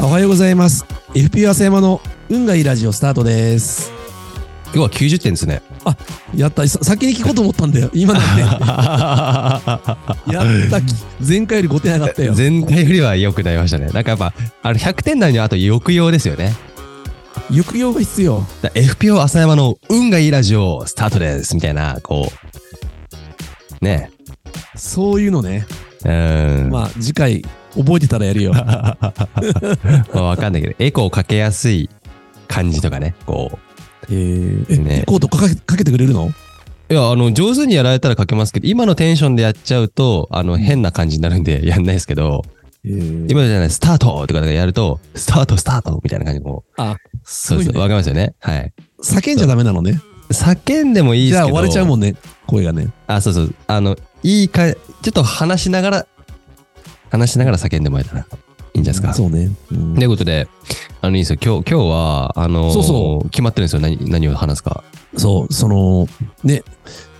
おはようございます。FP 和山の運がいいラジオスタートです。今日は90点ですね。やった、さ先に聞こうと思ったんだよ。今 なんて。やった、き前回より5点上がったよ。全体よりは良くなりましたね。なんかやっぱ、あの100点台の後、抑揚ですよね。抑揚が必要。だ FPO 浅山の運がいいラジオスタートですみたいな、こう。ねそういうのね。え。うーん。ままあ、次回、覚えてたらや るよ。あ、わかんないけど、エコーかけやすい感じとかね。こえー、え、ねコートかけかけてくれるのう。いや、あの、上手にやられたらかけますけど、今のテンションでやっちゃうと、あの、変な感じになるんでやんないですけど、えー、今じゃない、スタートとかやると、スタート、スタートみたいな感じでこう。あ、すそごうい、そう、ね。わかりますよね。はい。叫んじゃダメなのね。叫んでもいいじですゃあ、けど。割れちゃうもんね、声がね。あ、そうそう。あの、いいか、ちょっと話しながら、話しながら叫んでもらえたらいいんじゃないですか。そうね。うんということで、あの、いいですよ。今日、今日は、あのーそうそ決まってるんですよ。何、何を話すか。そう、その、ね、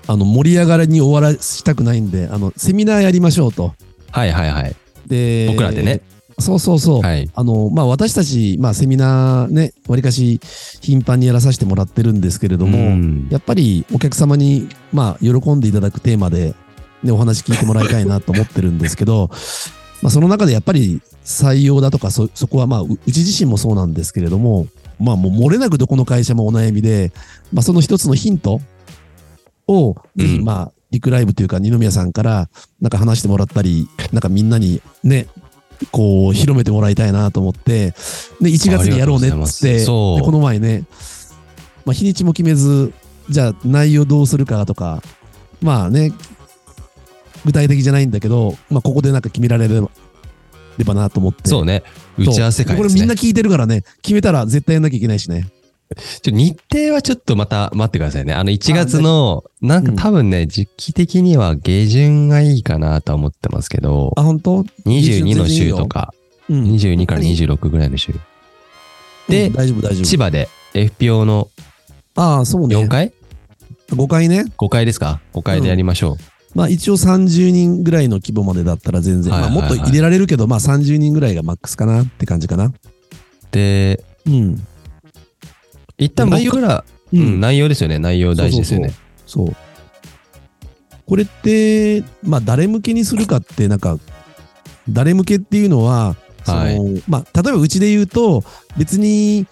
あの、盛り上がりに終わらしたくないんで、あの、セミナーやりましょうと。はいはいはい。で、僕らでね。。そうそうそう。はい。あの、まあ、私たち、まあ、セミナーね、わりかし頻繁にやらさせてもらってるんですけれども、うんやっぱりお客様に、まあ、喜んでいただくテーマで、ね、お話聞いてもらいたいなと思ってるんですけど、 まあ、その中でやっぱり採用だとか、そ、そこはまあ、ううち自身もそうなんですけれども、まあ、もう漏れなくどこの会社もお悩みで、まあ、その一つのヒントを、ぜひ、うんまあ、リクライブというか、二宮さんから、なんか話してもらったり、なんかみんなにね、こう、広めてもらいたいなと思って、で、1月にやろうねっつって、ありがとうございますそうでこの前ね、まあ、日にちも決めず、じゃあ内容どうするかとか、まあね、具体的じゃないんだけど、まあ、ここでなんか決められればればなと思って。そうね。打ち合わせ会そうでこれすみね。んな聞いてるからね、決めたら絶対やんなきゃいけないしね。ちょ日程はちょっとまた待ってくださいね。あの、1月の、なんか多分ね、時期的には下旬がいいかなとは思ってますけど、あ、本当22の週とか、うん。 22から26ぐらいの週。で、で大丈夫大丈夫。千葉で FPO のああ、そうね。 4階、 5回ね。 ?5 階ですか ?5 階でやりましょう。まあ一応30人ぐらいの規模までだったら全然、はいはいはいまあもっと入れられるけど、まあ30人ぐらいがマックスかなって感じかな。で、うん。一旦内容僕ら、ううん、内容ですよね。内容大事ですよね。そうそうそう。これって、まあ、誰向けにするかって、なんか、誰向けっていうのは、そのはいまあ、例えばうちで言うと、別に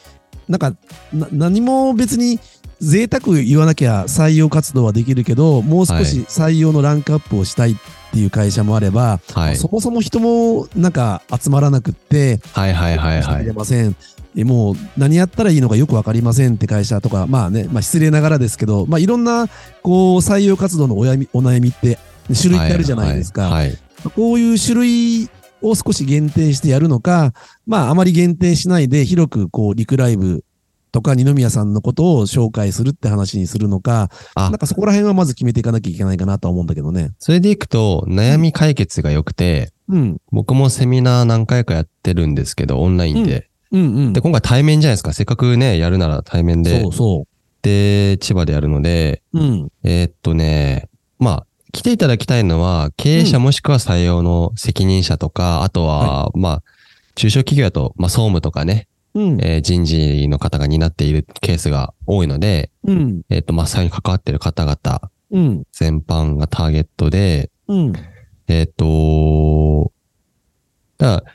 なんか、な何も別に贅沢言わなきゃ採用活動はできるけど、もう少し採用のランクアップをしたいっていう会社もあれば、はい。そもそも人もなんか集まらなくって、はいはいはいは喋れい。ません。えもう何やったらいいのかよくわかりませんって会社とか、まあね、まあ失礼ながらですけど、まあいろんな、こう、採用活動のおやみお悩みって、種類ってあるじゃないですか。はい。はいこういう種類を少し限定してやるのか、まああまり限定しないで広く、こう、リクライブとか二宮さんのことを紹介するって話にするのか、あなんかそこら辺はまず決めていかなきゃいけないかなとは思うんだけどね。それでいくと、悩み解決が良くて、うん。僕もセミナー何回かやってるんですけど、オンラインで。うんうんで、。今回対面じゃないですか。せっかくね、やるなら対面でそ。うそで、千葉でやるので、う。うん。えーっとね、まあ、来ていただきたいのは、経営者もしくは採用の責任者とか、あとは、まあ、中小企業だと、まあ、総務とかね、うん。えー人事の方が担っているケースが多いので、うん。えーっと、まあ、採用に関わっている方々うん。全般がターゲットで、うん。えーっと、だから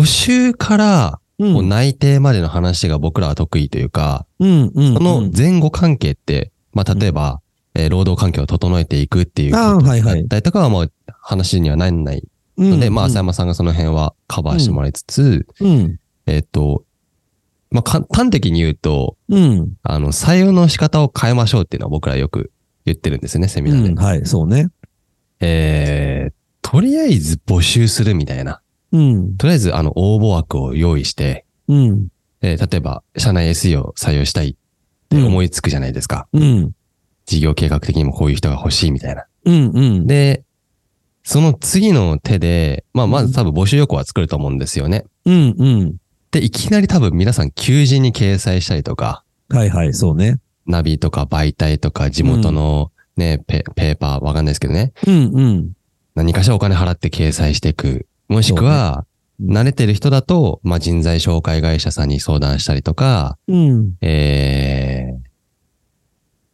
募集から、うんこう内定までの話が僕らは得意というか、うんうん。その前後関係って、まあ、例えば、えー労働環境を整えていくっていうああ、はいはだいっ。たりとかはもう話にはならないうんので、まあ、うん浅山さんがその辺はカバーしてもらいつつ、うん。えっと、まあ、か端的に言うと、うん。あの、採用の仕方を変えましょうっていうのは僕らよく言ってるんですよね、セミナーで。うんはい、そうね。えー、とりあえず募集するみたいな。うん。とりあえず、あの、応募枠を用意して、うん。えー例えば、社内 SE を採用したいって思いつくじゃないですか。うん。事業計画的にもこういう人が欲しいみたいな。うん。うん。で、その次の手で、まあ、まうんず多分募集要項は作ると思うんですよね。うん。うん。で、いきなり多分皆さん求人に掲載したりとか、はいはい、そうね。ナビとか媒体とか地元のね、ペペーパーわかんないですけどね。うん。うん。何かしらお金払って掲載していく。もしくは、うん慣れてる人だと、まあ、人材紹介会社さんに相談したりとか、うん。えー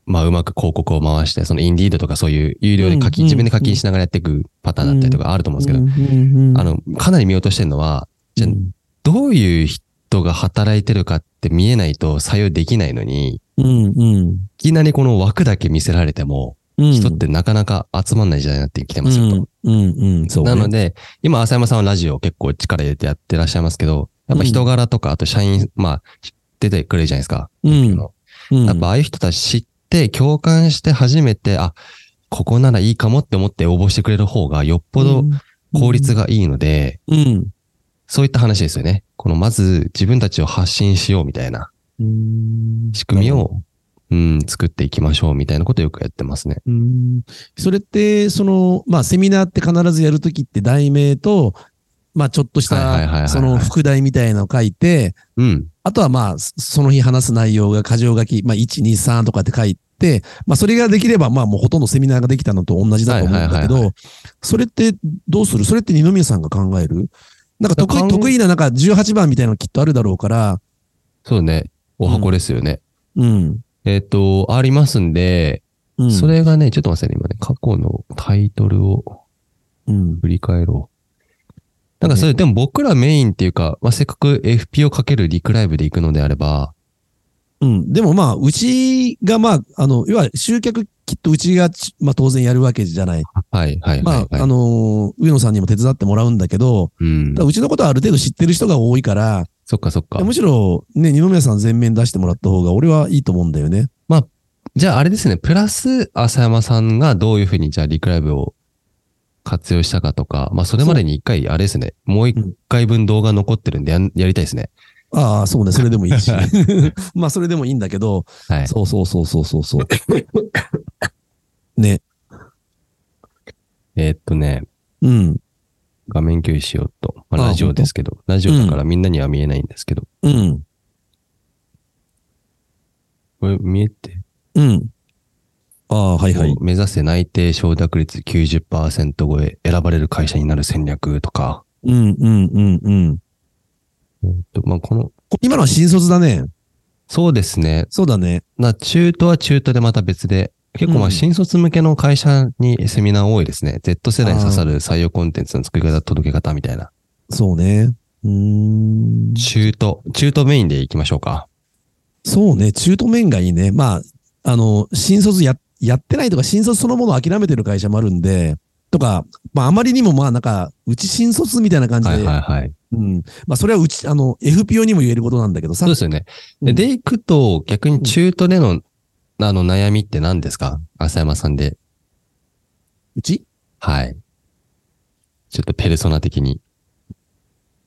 まあ、うまく広告を回して、そのインディードとかそういう有料で課金、うん自分で課金しながらやっていくパターンだったりとかあると思うんですけど、あの、の、かなり見落としてるのは、じゃあうんどういう人が働いてるかって見えないと採用できないのに、うん、うん。いきなりこの枠だけ見せられても、うん人ってなかなか集まんない時代になってきてますよと。うん、うん、うん、そうね。なので、今、浅山さんはラジオを結構力入れてやってらっしゃいますけど、やっぱ人柄とか、あと社員、まあ、出てくれるじゃないですか。うん、うん、やっぱああいう人たち知って、共感して初めて、あ、ここならいいかもって思って応募してくれる方がよっぽど効率がいいので、うん、そういった話ですよね。このまず自分たちを発信しようみたいなうん。仕組みなるほを、うん、作っていきましょうみたいなことをよくやってますね。ど。うんそれって、その、まあ、セミナーって必ずやるときって題名と、まあ、ちょっとしはいはいはいはいはた、いその副題みたいのを書いて、うん。あとはまあ、そその日話す内容が箇条書き、まあ、1、2、3とかって書いて、まあ、それができれば、まあ、もうほとんどセミナーができたのと同じだと思うんだけはいはいはいど、それってどうするそれって二宮さんが考えるなんか得いや意、考え得意ななんか18番みたいなのきっとあるだろうから、そうね。お箱ですよね。うん。えっ、と、ありますんで、うん、そ、れがね、ちょっと待ってね、今ね、過去のタイトルをうん。振り返ろう。なんかそれ、でも僕らメインっていうか、まあ、せっかく FP をかけるリクライブで行くのであれば、うん。でもまあ、うちがまあ、あの、要は集客きっとうちがち、まあ当然やるわけじゃない。はい、はい、はい、はい。まあ、あのー上野さんにも手伝ってもらうんだけど、うんただ。うちのことはある程度知ってる人が多いから、そっかそっか。むしろね、二宮さん全面出してもらった方が俺はいいと思うんだよね。じゃああれですね、プラス、浅山さんがどういうふうに、じゃあリクライブを活用したかとか、まあ、それまでに一回、あれですね、もう一回分動画残ってるんでやん、やりたいですね。ああ、そうね、それでもいい し。まあ、それでもいいんだけど、はい。そうそうそうそうそうそう。 ね、えーっとね、うん、画面共有しようと。まああ、ラジオですけど、ラジオだからみんなには見えないんですけど、うん、これ見えて、うん。ああ、はいはい。目指せ内定承諾率90%超え、選ばれる会社になる戦略とか、うん、うん、うん、うん。えーっと、まあ、この、こ今のは新卒だね。そうですね、そうだね。な、中途は中途でまた別で、結構まうんあ新卒向けの会社にセミナー多いですね。Z 世代に刺さる採用コンテンツの作り方、届け方みたいな。そうね。うーん。中途、中途メインでいきましょうか。そうね。中途面がいいね。まあ、あの、新卒や、やってないとか、新卒そのものを諦めてる会社もあるんで、とか、まあ、あまりにもまあ、なんか、うち新卒みたいな感じはで、いはいはい。うん。まあ、それはうち、あの、FPO にも言えることなんだけどさ。そうですよね。うんで、いくと、逆に中途での、あの、悩みって何ですか浅山さんで。うちはい。ちょっとペルソナ的に。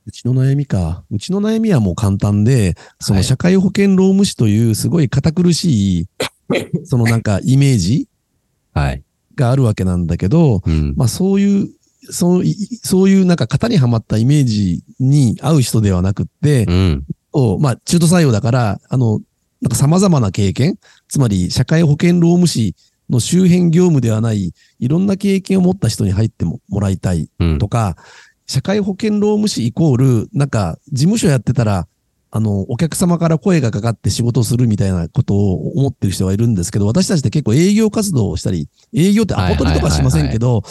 うちの悩みか。うちの悩みはもう簡単で、そはのい社会保険労務士というすごい堅苦しい、その なんかイメージはい。があるわけなんだけど、うん。まあそういう、そういそういうなんか型にはまったイメージに合う人ではなくって、うん。をまあ中途採用だから、あの、なんか様々な経験、つまり社会保険労務士の周辺業務ではない、いろんな経験を持った人に入ってももらいたいうんと。か、社会保険労務士イコール、なんか事務所やってたら、あの、お客様から声がかかって仕事をするみたいなことを思ってる人がいるんですけど、私たちって結構営業活動をしたり、営業ってアポ取りとかしませんけど、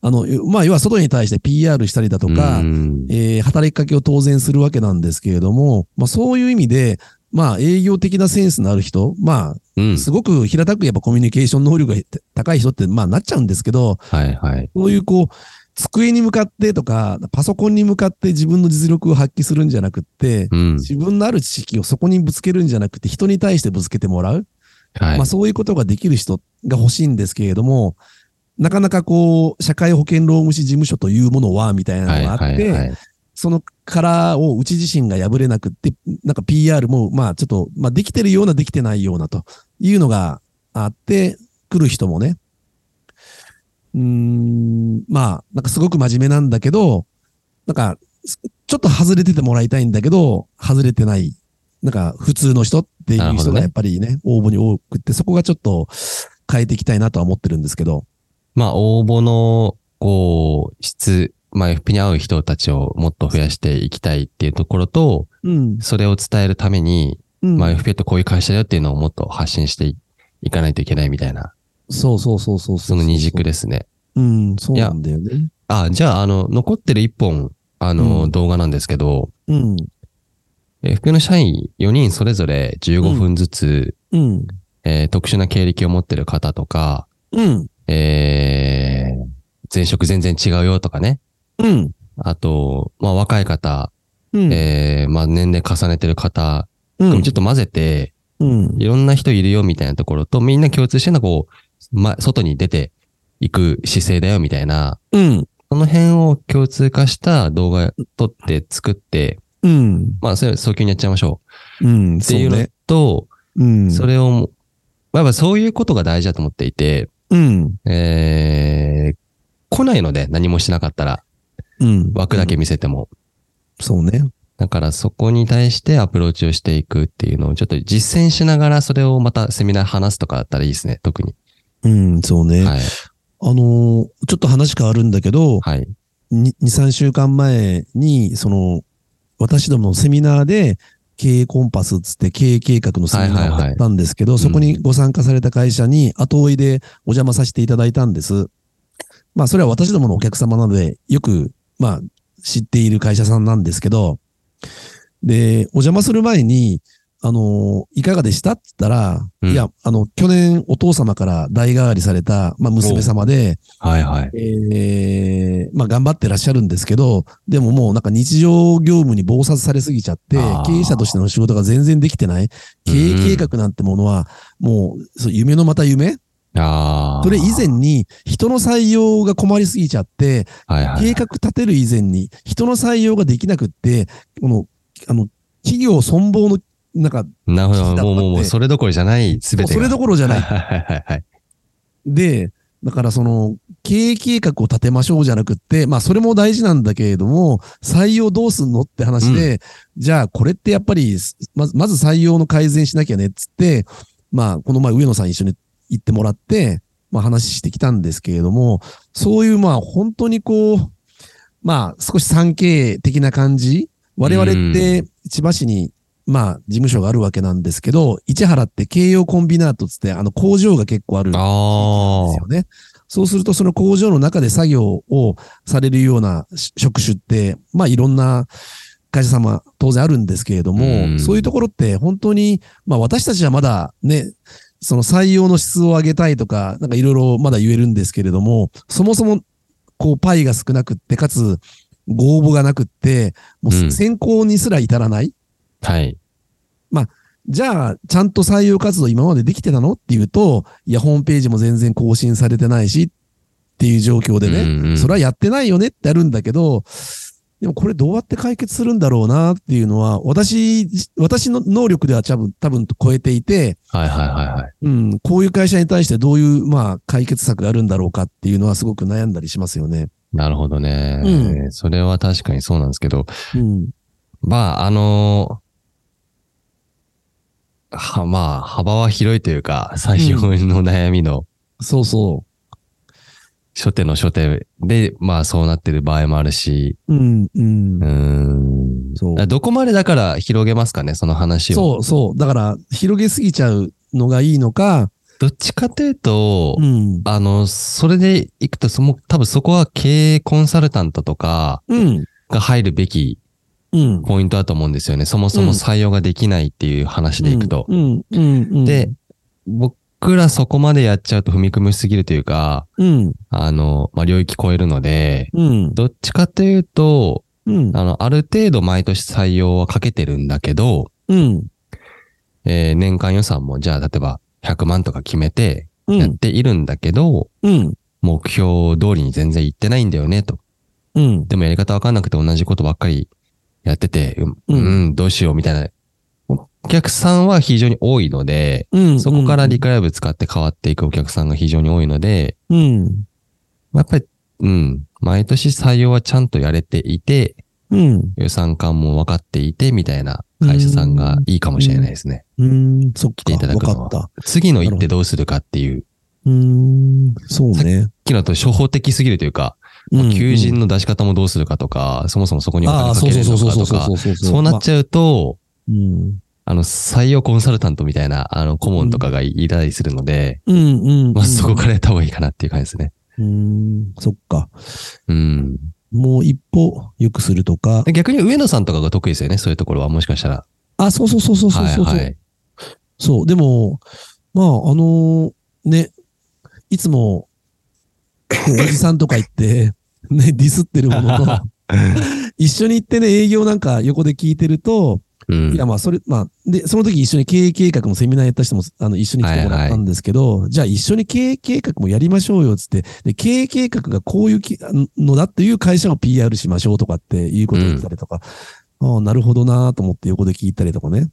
あの、まあ、要は外に対して PR したりだとか、うんえー働きかけを当然するわけなんですけれども、まあ、そういう意味で、まあ、営業的なセンスのある人、まうあ、ん。すごく平たくやっぱコミュニケーション能力が高い人って、まあ、なっちゃうんですけど、はいはい。そういうこう、机に向かってとか、パソコンに向かって自分の実力を発揮するんじゃなくって、うん。自分のある知識をそこにぶつけるんじゃなくて、人に対してぶつけてもらう。はいまあ。そういうことができる人が欲しいんですけれども、なかなかこう、社会保険労務士事務所というものは、みたいなはのいがあって、はいはい。その殻をうち自身が破れなくって、なんか PR も、まあちょっと、まあできてるようなできてないようなというのがあって、来る人もね。うーん、まあ、なんかすごく真面目なんだけど、なんか、すちょっと外れててもらいたいんだけど、外れてない。なんか、普通の人っていなうるほ人どがねやっぱりね、応募に多くって、そこがちょっと変えていきたいなとは思ってるんですけど。まあ、応募の、こう、質まあ、FP に合う人たちをもっと増やしていきたいっていうところと、うん。それを伝えるために、うんまあ、FP ってこういう会社だよっていうのをもっと発信していいかないといけないみたいな、そうそうそうそうう。その二軸ですね。うん、そうなんだよね。あ、じゃあ、あの、残ってる一本、あの、うん動画なんですけど、うん。 FP の社員4人それぞれ15分ずつ、うん。えー特殊な経歴を持ってる方とか、うん。えー前職全然違うよとかね。うん。あと、まあ、若い方、うん。えーまあ、年齢重ねてる方、うん。ちょっと混ぜて、うん。いろんな人いるよみたいなところと、みんな共通してるのはこう、ま、外に出ていく姿勢だよみたいな、うん。その辺を共通化した動画撮って作って、うん。まあ、それ早急にやっちゃいましょうん。う。っていうのそと、うね。それ。れをも、まあ、やっぱそういうことが大事だと思っていて、うん。えー、来ないので何もしなかったら、うん。枠だけ。見せても。そうね。だからそこに対してアプローチをしていくっていうのをちょっと実践しながらそれをまたセミナー話すとかだったらいいですね、特に。うん、そうね。はい。あのーちょっと話変わるんだけど、はい。 2、3週間前に、その、私どものセミナーで、経営コンパスっつって経営計画のセミナーをやったんですけど、はいはそいはいこにご参加された会社に後追いでお邪魔させていただいたんです。まあ、それは私どものお客様なので、よく、まあ、知っている会社さんなんですけど、で、お邪魔する前に、あのーいかがでしたって言ったら、うんいや、あの、去年お父様から代替わりされた、まあ、娘様で、はいはい。ええまあ頑張ってらっしゃるんですけど、でももうなんか日常業務に暴殺されすぎちゃってあー、経営者としての仕事が全然できてない。経営計画なんてものは、もうそう夢のまた夢ああ。それ以前に人の採用が困りすぎちゃって、はいは計い。画立てる以前に人の採用ができなくって、この、あの、企業存亡の、なんか、なるほ聞いど。たもうことあってもうもうそれどころじゃない、すべもうてが。それどころじゃない。はいはいはいはい。で、だからその、経営計画を立てましょうじゃなくって、まあそれも大事なんだけれども、採用どうすんのって話で、じゃあこれってやっぱり、まず、まず採用の改善しなきゃねっつって、まあこの前上野さん一緒に行ってもらって、まあ話してきたんですけれども、そういうまあ本当にこう、まあ少し産経的な感じ我々って千葉市に、まあ事務所があるわけなんですけど、市原って京葉コンビナートっつってあの工場が結構ある。あですよね。そうすると、その工場の中で作業をされるようなし職種って、まあいろんな会社様当然あるんですけれども、うんそういうところって本当に、まあ私たちはまだね、その採用の質を上げたいとか、なんかいろいろまだ言えるんですけれども、そもそもこうパイが少なくって、かつご応募がなくって、もううん選考にすら至らない。あ。はい。じゃあ、ちゃんと採用活動今までできてたのっていうと、いや、ホームページも全然更新されてないし、っていう状況でね、うんうんそれはやってないよねってあるんだけど、でもこれどうやって解決するんだろうなっていうのは、私、私の能力では多分、多分超えていて、はいはいはいはい。うん、こういう会社に対してどういう、まあ、解決策があるんだろうかっていうのはすごく悩んだりしますよね。なるほどね。うそれは確かにそうなんですけど、うん。まあ、あのーは、まあ、幅は広いというか、採用の悩みのそうそ初手の初手で、まあ、そうなってる場合もあるし、う。うん、うんうー。ん。そう。どこまでだから広げますかね、その話を。そうそう。だから、広げすぎちゃうのがいいのか、どっちかというと、うん。あの、それでいくと、その、多分そこは経営コンサルタントとかうん。が入るべきうん。ポイントだと思うんですよね。そもそも採用ができないっていう話でいくと。うん。うん。うんで、、僕らそこまでやっちゃうと踏み込みすぎるというか、うん。あの、まあ、領域超えるので、うん。どっちかというと、うん。あの、ある程度毎年採用はかけてるんだけど、うん。えー年間予算も、じゃあ、例えば100万とか決めてうやっん。ているんだけど、うん。目標通りに全然いってないんだよね、と。うん。でもやり方わかんなくて同じことばっかりやってて、うん、うんうんどうしようみたいな。お客さんは非常に多いので、うん。そこからリクライブ使って変わっていくお客さんが非常に多いので、うん。やっぱり、うん、毎年採用はちゃんとやれていて、うん。予算感も分かっていて、みたいな会社さんがいいかもしれないですね。うん。そっ来ていたか。だわくのかはった。次の一手どうするかっていう、うん。そうね。昨日と初歩的すぎるというか、まあ求うん人の出し方もどうするかとか、そもそもそこにおあ金あ、かそうけそうるそのうそうかそうとそうそ、かうそう。そうなっちゃうと、まあうんあの、採用コンサルタントみたいな、あの、顧問とかがいたりするので、うんうん。まあ、そこからやった方がいいかなっていう感じですね。うん、そっか。うん。もう一歩良くするとか。逆に上野さんとかが得意ですよね、そういうところは、もしかしたら。あ、そうそうそうそうそうそうそう、はいはい。そう、でも、まあ、あのね、いつも、おじさんとか言って、ね、ディスってるもの と、一緒に行ってね、営業なんか横で聞いてると、うんいや、まあ、それ、まあ、で、その時一緒に経営計画のセミナーやった人も、あの、一緒に来てもらったんですけど、じゃあ一緒に経営計画もやりましょうよ、つって、で、経営計画がこういうきのだっていう会社を PR しましょうとかっていうことを言ってたりとか、ああ、なるほどなと思って横で聞いたりとかね。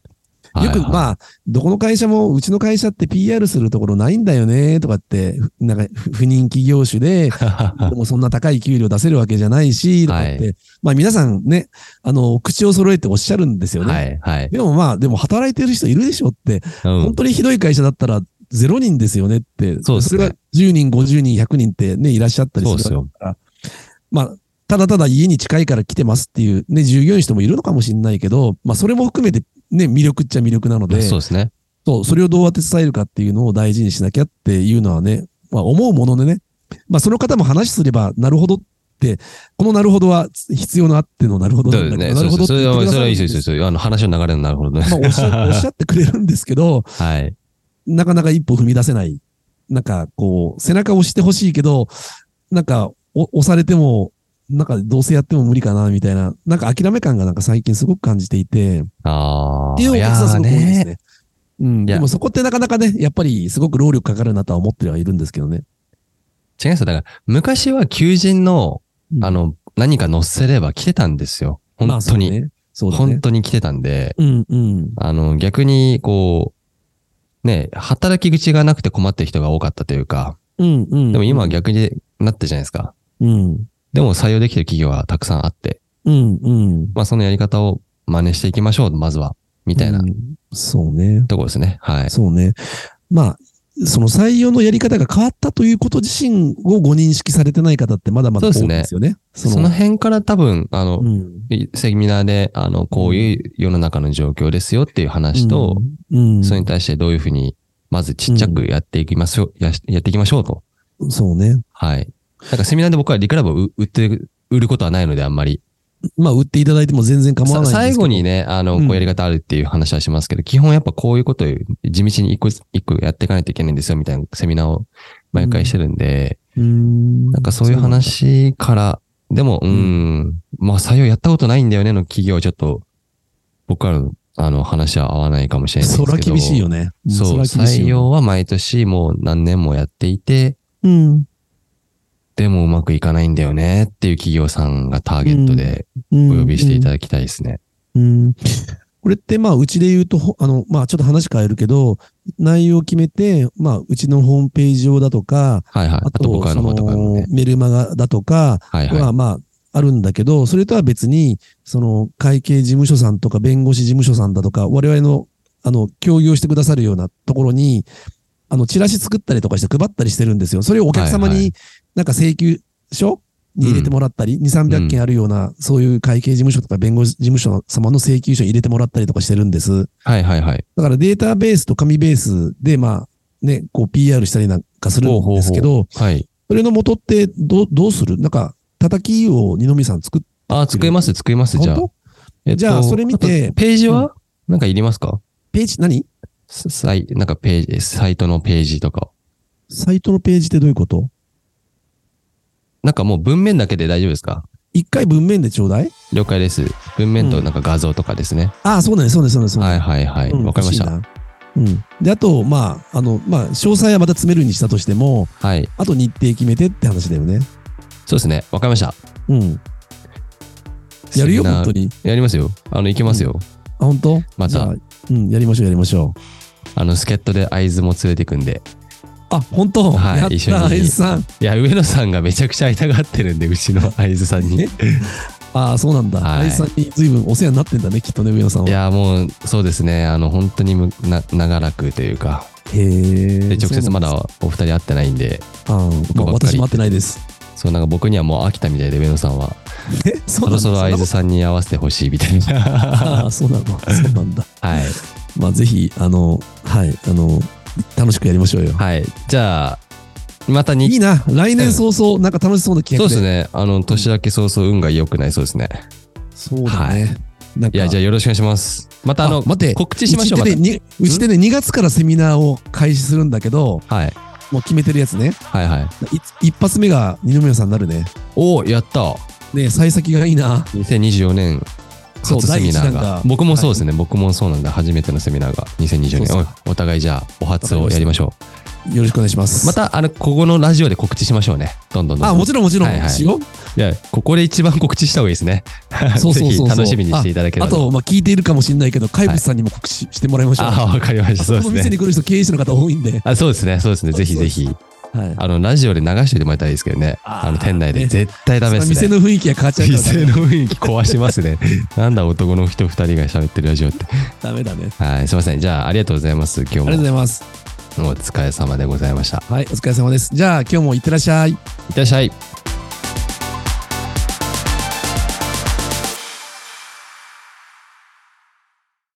よく、あ、まあ、どこの会社も、うちの会社って PR するところないんだよね、とかって、ふなんか、ふ不人気業種で、 でもそんな高い給料出せるわけじゃないし、とかって、はまあ皆さんね、あの、口を揃えておっしゃるんですよね。はいはい。でもまあ、でも働いてる人いるでしょって、うん本当にひどい会社だったら0人ですよねって、そうですねれが10人、50人、100人ってね、いらっしゃったりそうすでるすよ。まあ、ただただ家に近いから来てますっていうね、従業員人もいるのかもしれないけど、まあそれも含めてね、魅力っちゃ魅力なので、そうですね。そう、それをどうやって伝えるかっていうのを大事にしなきゃっていうのはね、まあ思うものでね、まあその方も話すれば、なるほどって、このなるほどは必要なあってのなるほどそなうんでだけすど、なね。そるうほそどうってそ言れってくださるんは、それはいいですよいいでですすよ。あの、話の流れのなるほどね。まあおっしゃおっ しゃってくれるんですけど、はい。なかなか一歩踏み出せない。なんかこう、背中を押してほしいけど、なんかお押されても、なんかどうせやっても無理かな、みたいな、なんか諦め感がなんか最近すごく感じていて、ああ。っていうお客さんすごく多いいやーですね。ね。うん、いやでもそこってなかなかね、やっぱりすごく労力かかるなとは思ってはいるんですけどね。違いますよ。だから、昔は求人のう、んあの、何か載せれば来てたんですよ。本まあ当そに。。うだね。そうだ本ね。当に来てたんで、うんうん。あの、逆に、こう、ね、働き口がなくて困ってる人が多かったというか、うんうん。でも今は逆になってるじゃないですか。うん。でも採用できてる企業はたくさんあって、うんうん。まあそのやり方を真似していきましょう、まずは。みみたいなそうね。ところですね。はい。そうね。まあ、その採用のやり方が変わったということ自身をご認識されてない方ってまだまだ多いんですよね。その辺から多分、あの、うんセミナーで、あの、こういう世の中の状況ですよっていう話と、、うん、それに対してどういうふうに、まずちっちゃくやっていきましょう、やしやっていきましょうと。そうね。はい。なんかセミナーで僕はリクラブを売売って、売ることはないのであんまり。まあ、売っていただいても全然構わないんですさけど。最後にね、あの、うんこうやり方あるっていう話はしますけど、基本やっぱこういうことを地道に一個ず一個やっていかないといけないんですよ、みたいなセミナーを毎回してるんで、うーん、なんかそういう話から、でも、うーん、まあ採用やったことないんだよねの企業はちょっと、僕からのあの話は合わないかもしれないですそけど。ら厳しいよね。んそう、そら厳し採いよ用は毎年もう何年もやっていて、ね。うん。でもうまくいかないんだよねっていう企業さんがターゲットでうんお呼びしていただきたいですね。うん。これって、まあ、うちで言うと、ほあの、まあ、ちょっと話変えるけど、内容を決めて、まあ、うちのホームページ上だとか、はいはい。ああとと、僕らその方とかものね。、メルマガだとか、はいはい。はまあ、あるんだけど、それとは別に、その会計事務所さんとか弁護士事務所さんだとか、我々の、あの、協業してくださるようなところに、あの、チラシ作ったりとかして配ったりしてるんですよ。それをお客様はいはに、なんか請求書に入れてもらったり、2、300件あるような、そういう会計事務所とか弁護士事務所様の請求書に入れてもらったりとかしてるんです。はいはいはい。だからデータベースと紙ベースで、まあ、ね、こう PR したりなんかするんですけど、はい。それの元ってど、どうするなんか、叩きを二宮さん作っあ、作ります作ります、じゃあ。本えっとじゃあそれ見てあとページはなんかいりますかページ、何ササイなんかページ、サイトのページとか。サイトのページってどういうことなんかもう文面だけで大丈夫ですか一回文面でちょうだい了解です。文面となんか画像とかですね。ああ、そうだね、そうだね、そうだね、そうだはね。いはいはい。うんわかりまし。た。欲いなうん。で、あと、まあ、あの、まあ、詳細はまた詰めるにしたとしても、はい。あと日程決めてって話だよね。そうですね。わかりました。うん。やるよ、セミナ本ー当に。やりますよ。あの、行きますよ。あ、本当またじゃあうん、やりましょう、やりましょう。あの、助っ人で会津も連れてくんで。あ、本当はいやっ一緒にた、あいつさん。いや、上野さんがめちゃくちゃ会いたがってるんで、うちの会津さんに。えああ、そうなんだ。はいあいつさんに随分お世話になってんだね、きっとね、上野さんいは。や、もう、そうですね。あの、本当にむな長らくというか、へえ。で直接まだお二人会ってないんで、ああ、まあばっかり私待ってないです。そう、なんか僕にはもう飽きたみたいで、上野さんは。 え、そそうなろんだそろ会津さんに合わせてほしいみた いな。ああ、そうなの。 そうなんだ。はい。まあ、ぜひ、あの、はい、あの、楽しくやりましょうよ。はい。じゃあ、またにいいな。来年早々、なんか楽しそうな企そ画うでで。すね。あの、年明け早々運が良くないそうですね。そうだね。なんかいや、じゃあよろしくお願いします。またあの、あ待って告知しましょう。うまちでね、にうちでね、2月からセミナーを開始するんだけど、たはい。もう決めてるやつね。はいはい。い一発目が二宮さんになるね。おお、やった。ねえ幸先がいいな。 2024年そう初セミナ第ー一弾がが。僕もそうですね。僕もそうなんだ。初めてのセミナーが2024そうっ年。おお互いじゃあ、お初をやりましょよろしくお願いしまう。す。ま、た、あの、ここのラジオで告知しましょうね。どんどんどんどん。あ、もちろんもちろん。はいはいしよういや、ここで一番告知した方がいいですね。 そうそうそうそうぜひ楽しみにしていただけれあばと。と、まあ、聞いているかもしれないけど、怪物さんにも告知してもらいましょう。あ、わかりました。そうこので店すね。に来る人、経営者の方多いんで。あそうですね。そうですね。ぜひぜひ。はい。あの、ラジオで流しておいてもらいたいですけどね。ああーの、店内で。ね絶対ダメですね。店の雰囲気が変わっちゃうから店の雰囲気壊しますね。なんだ男の人二人が喋ってるラジオって。ダメだね。はい、すいません。じゃあ、ありがとうございます。今ありがとう日ございます。もお疲れ様でございました。はい、お疲れ様です。じゃあ、今日もいってらっしゃい。いってらっしゃい。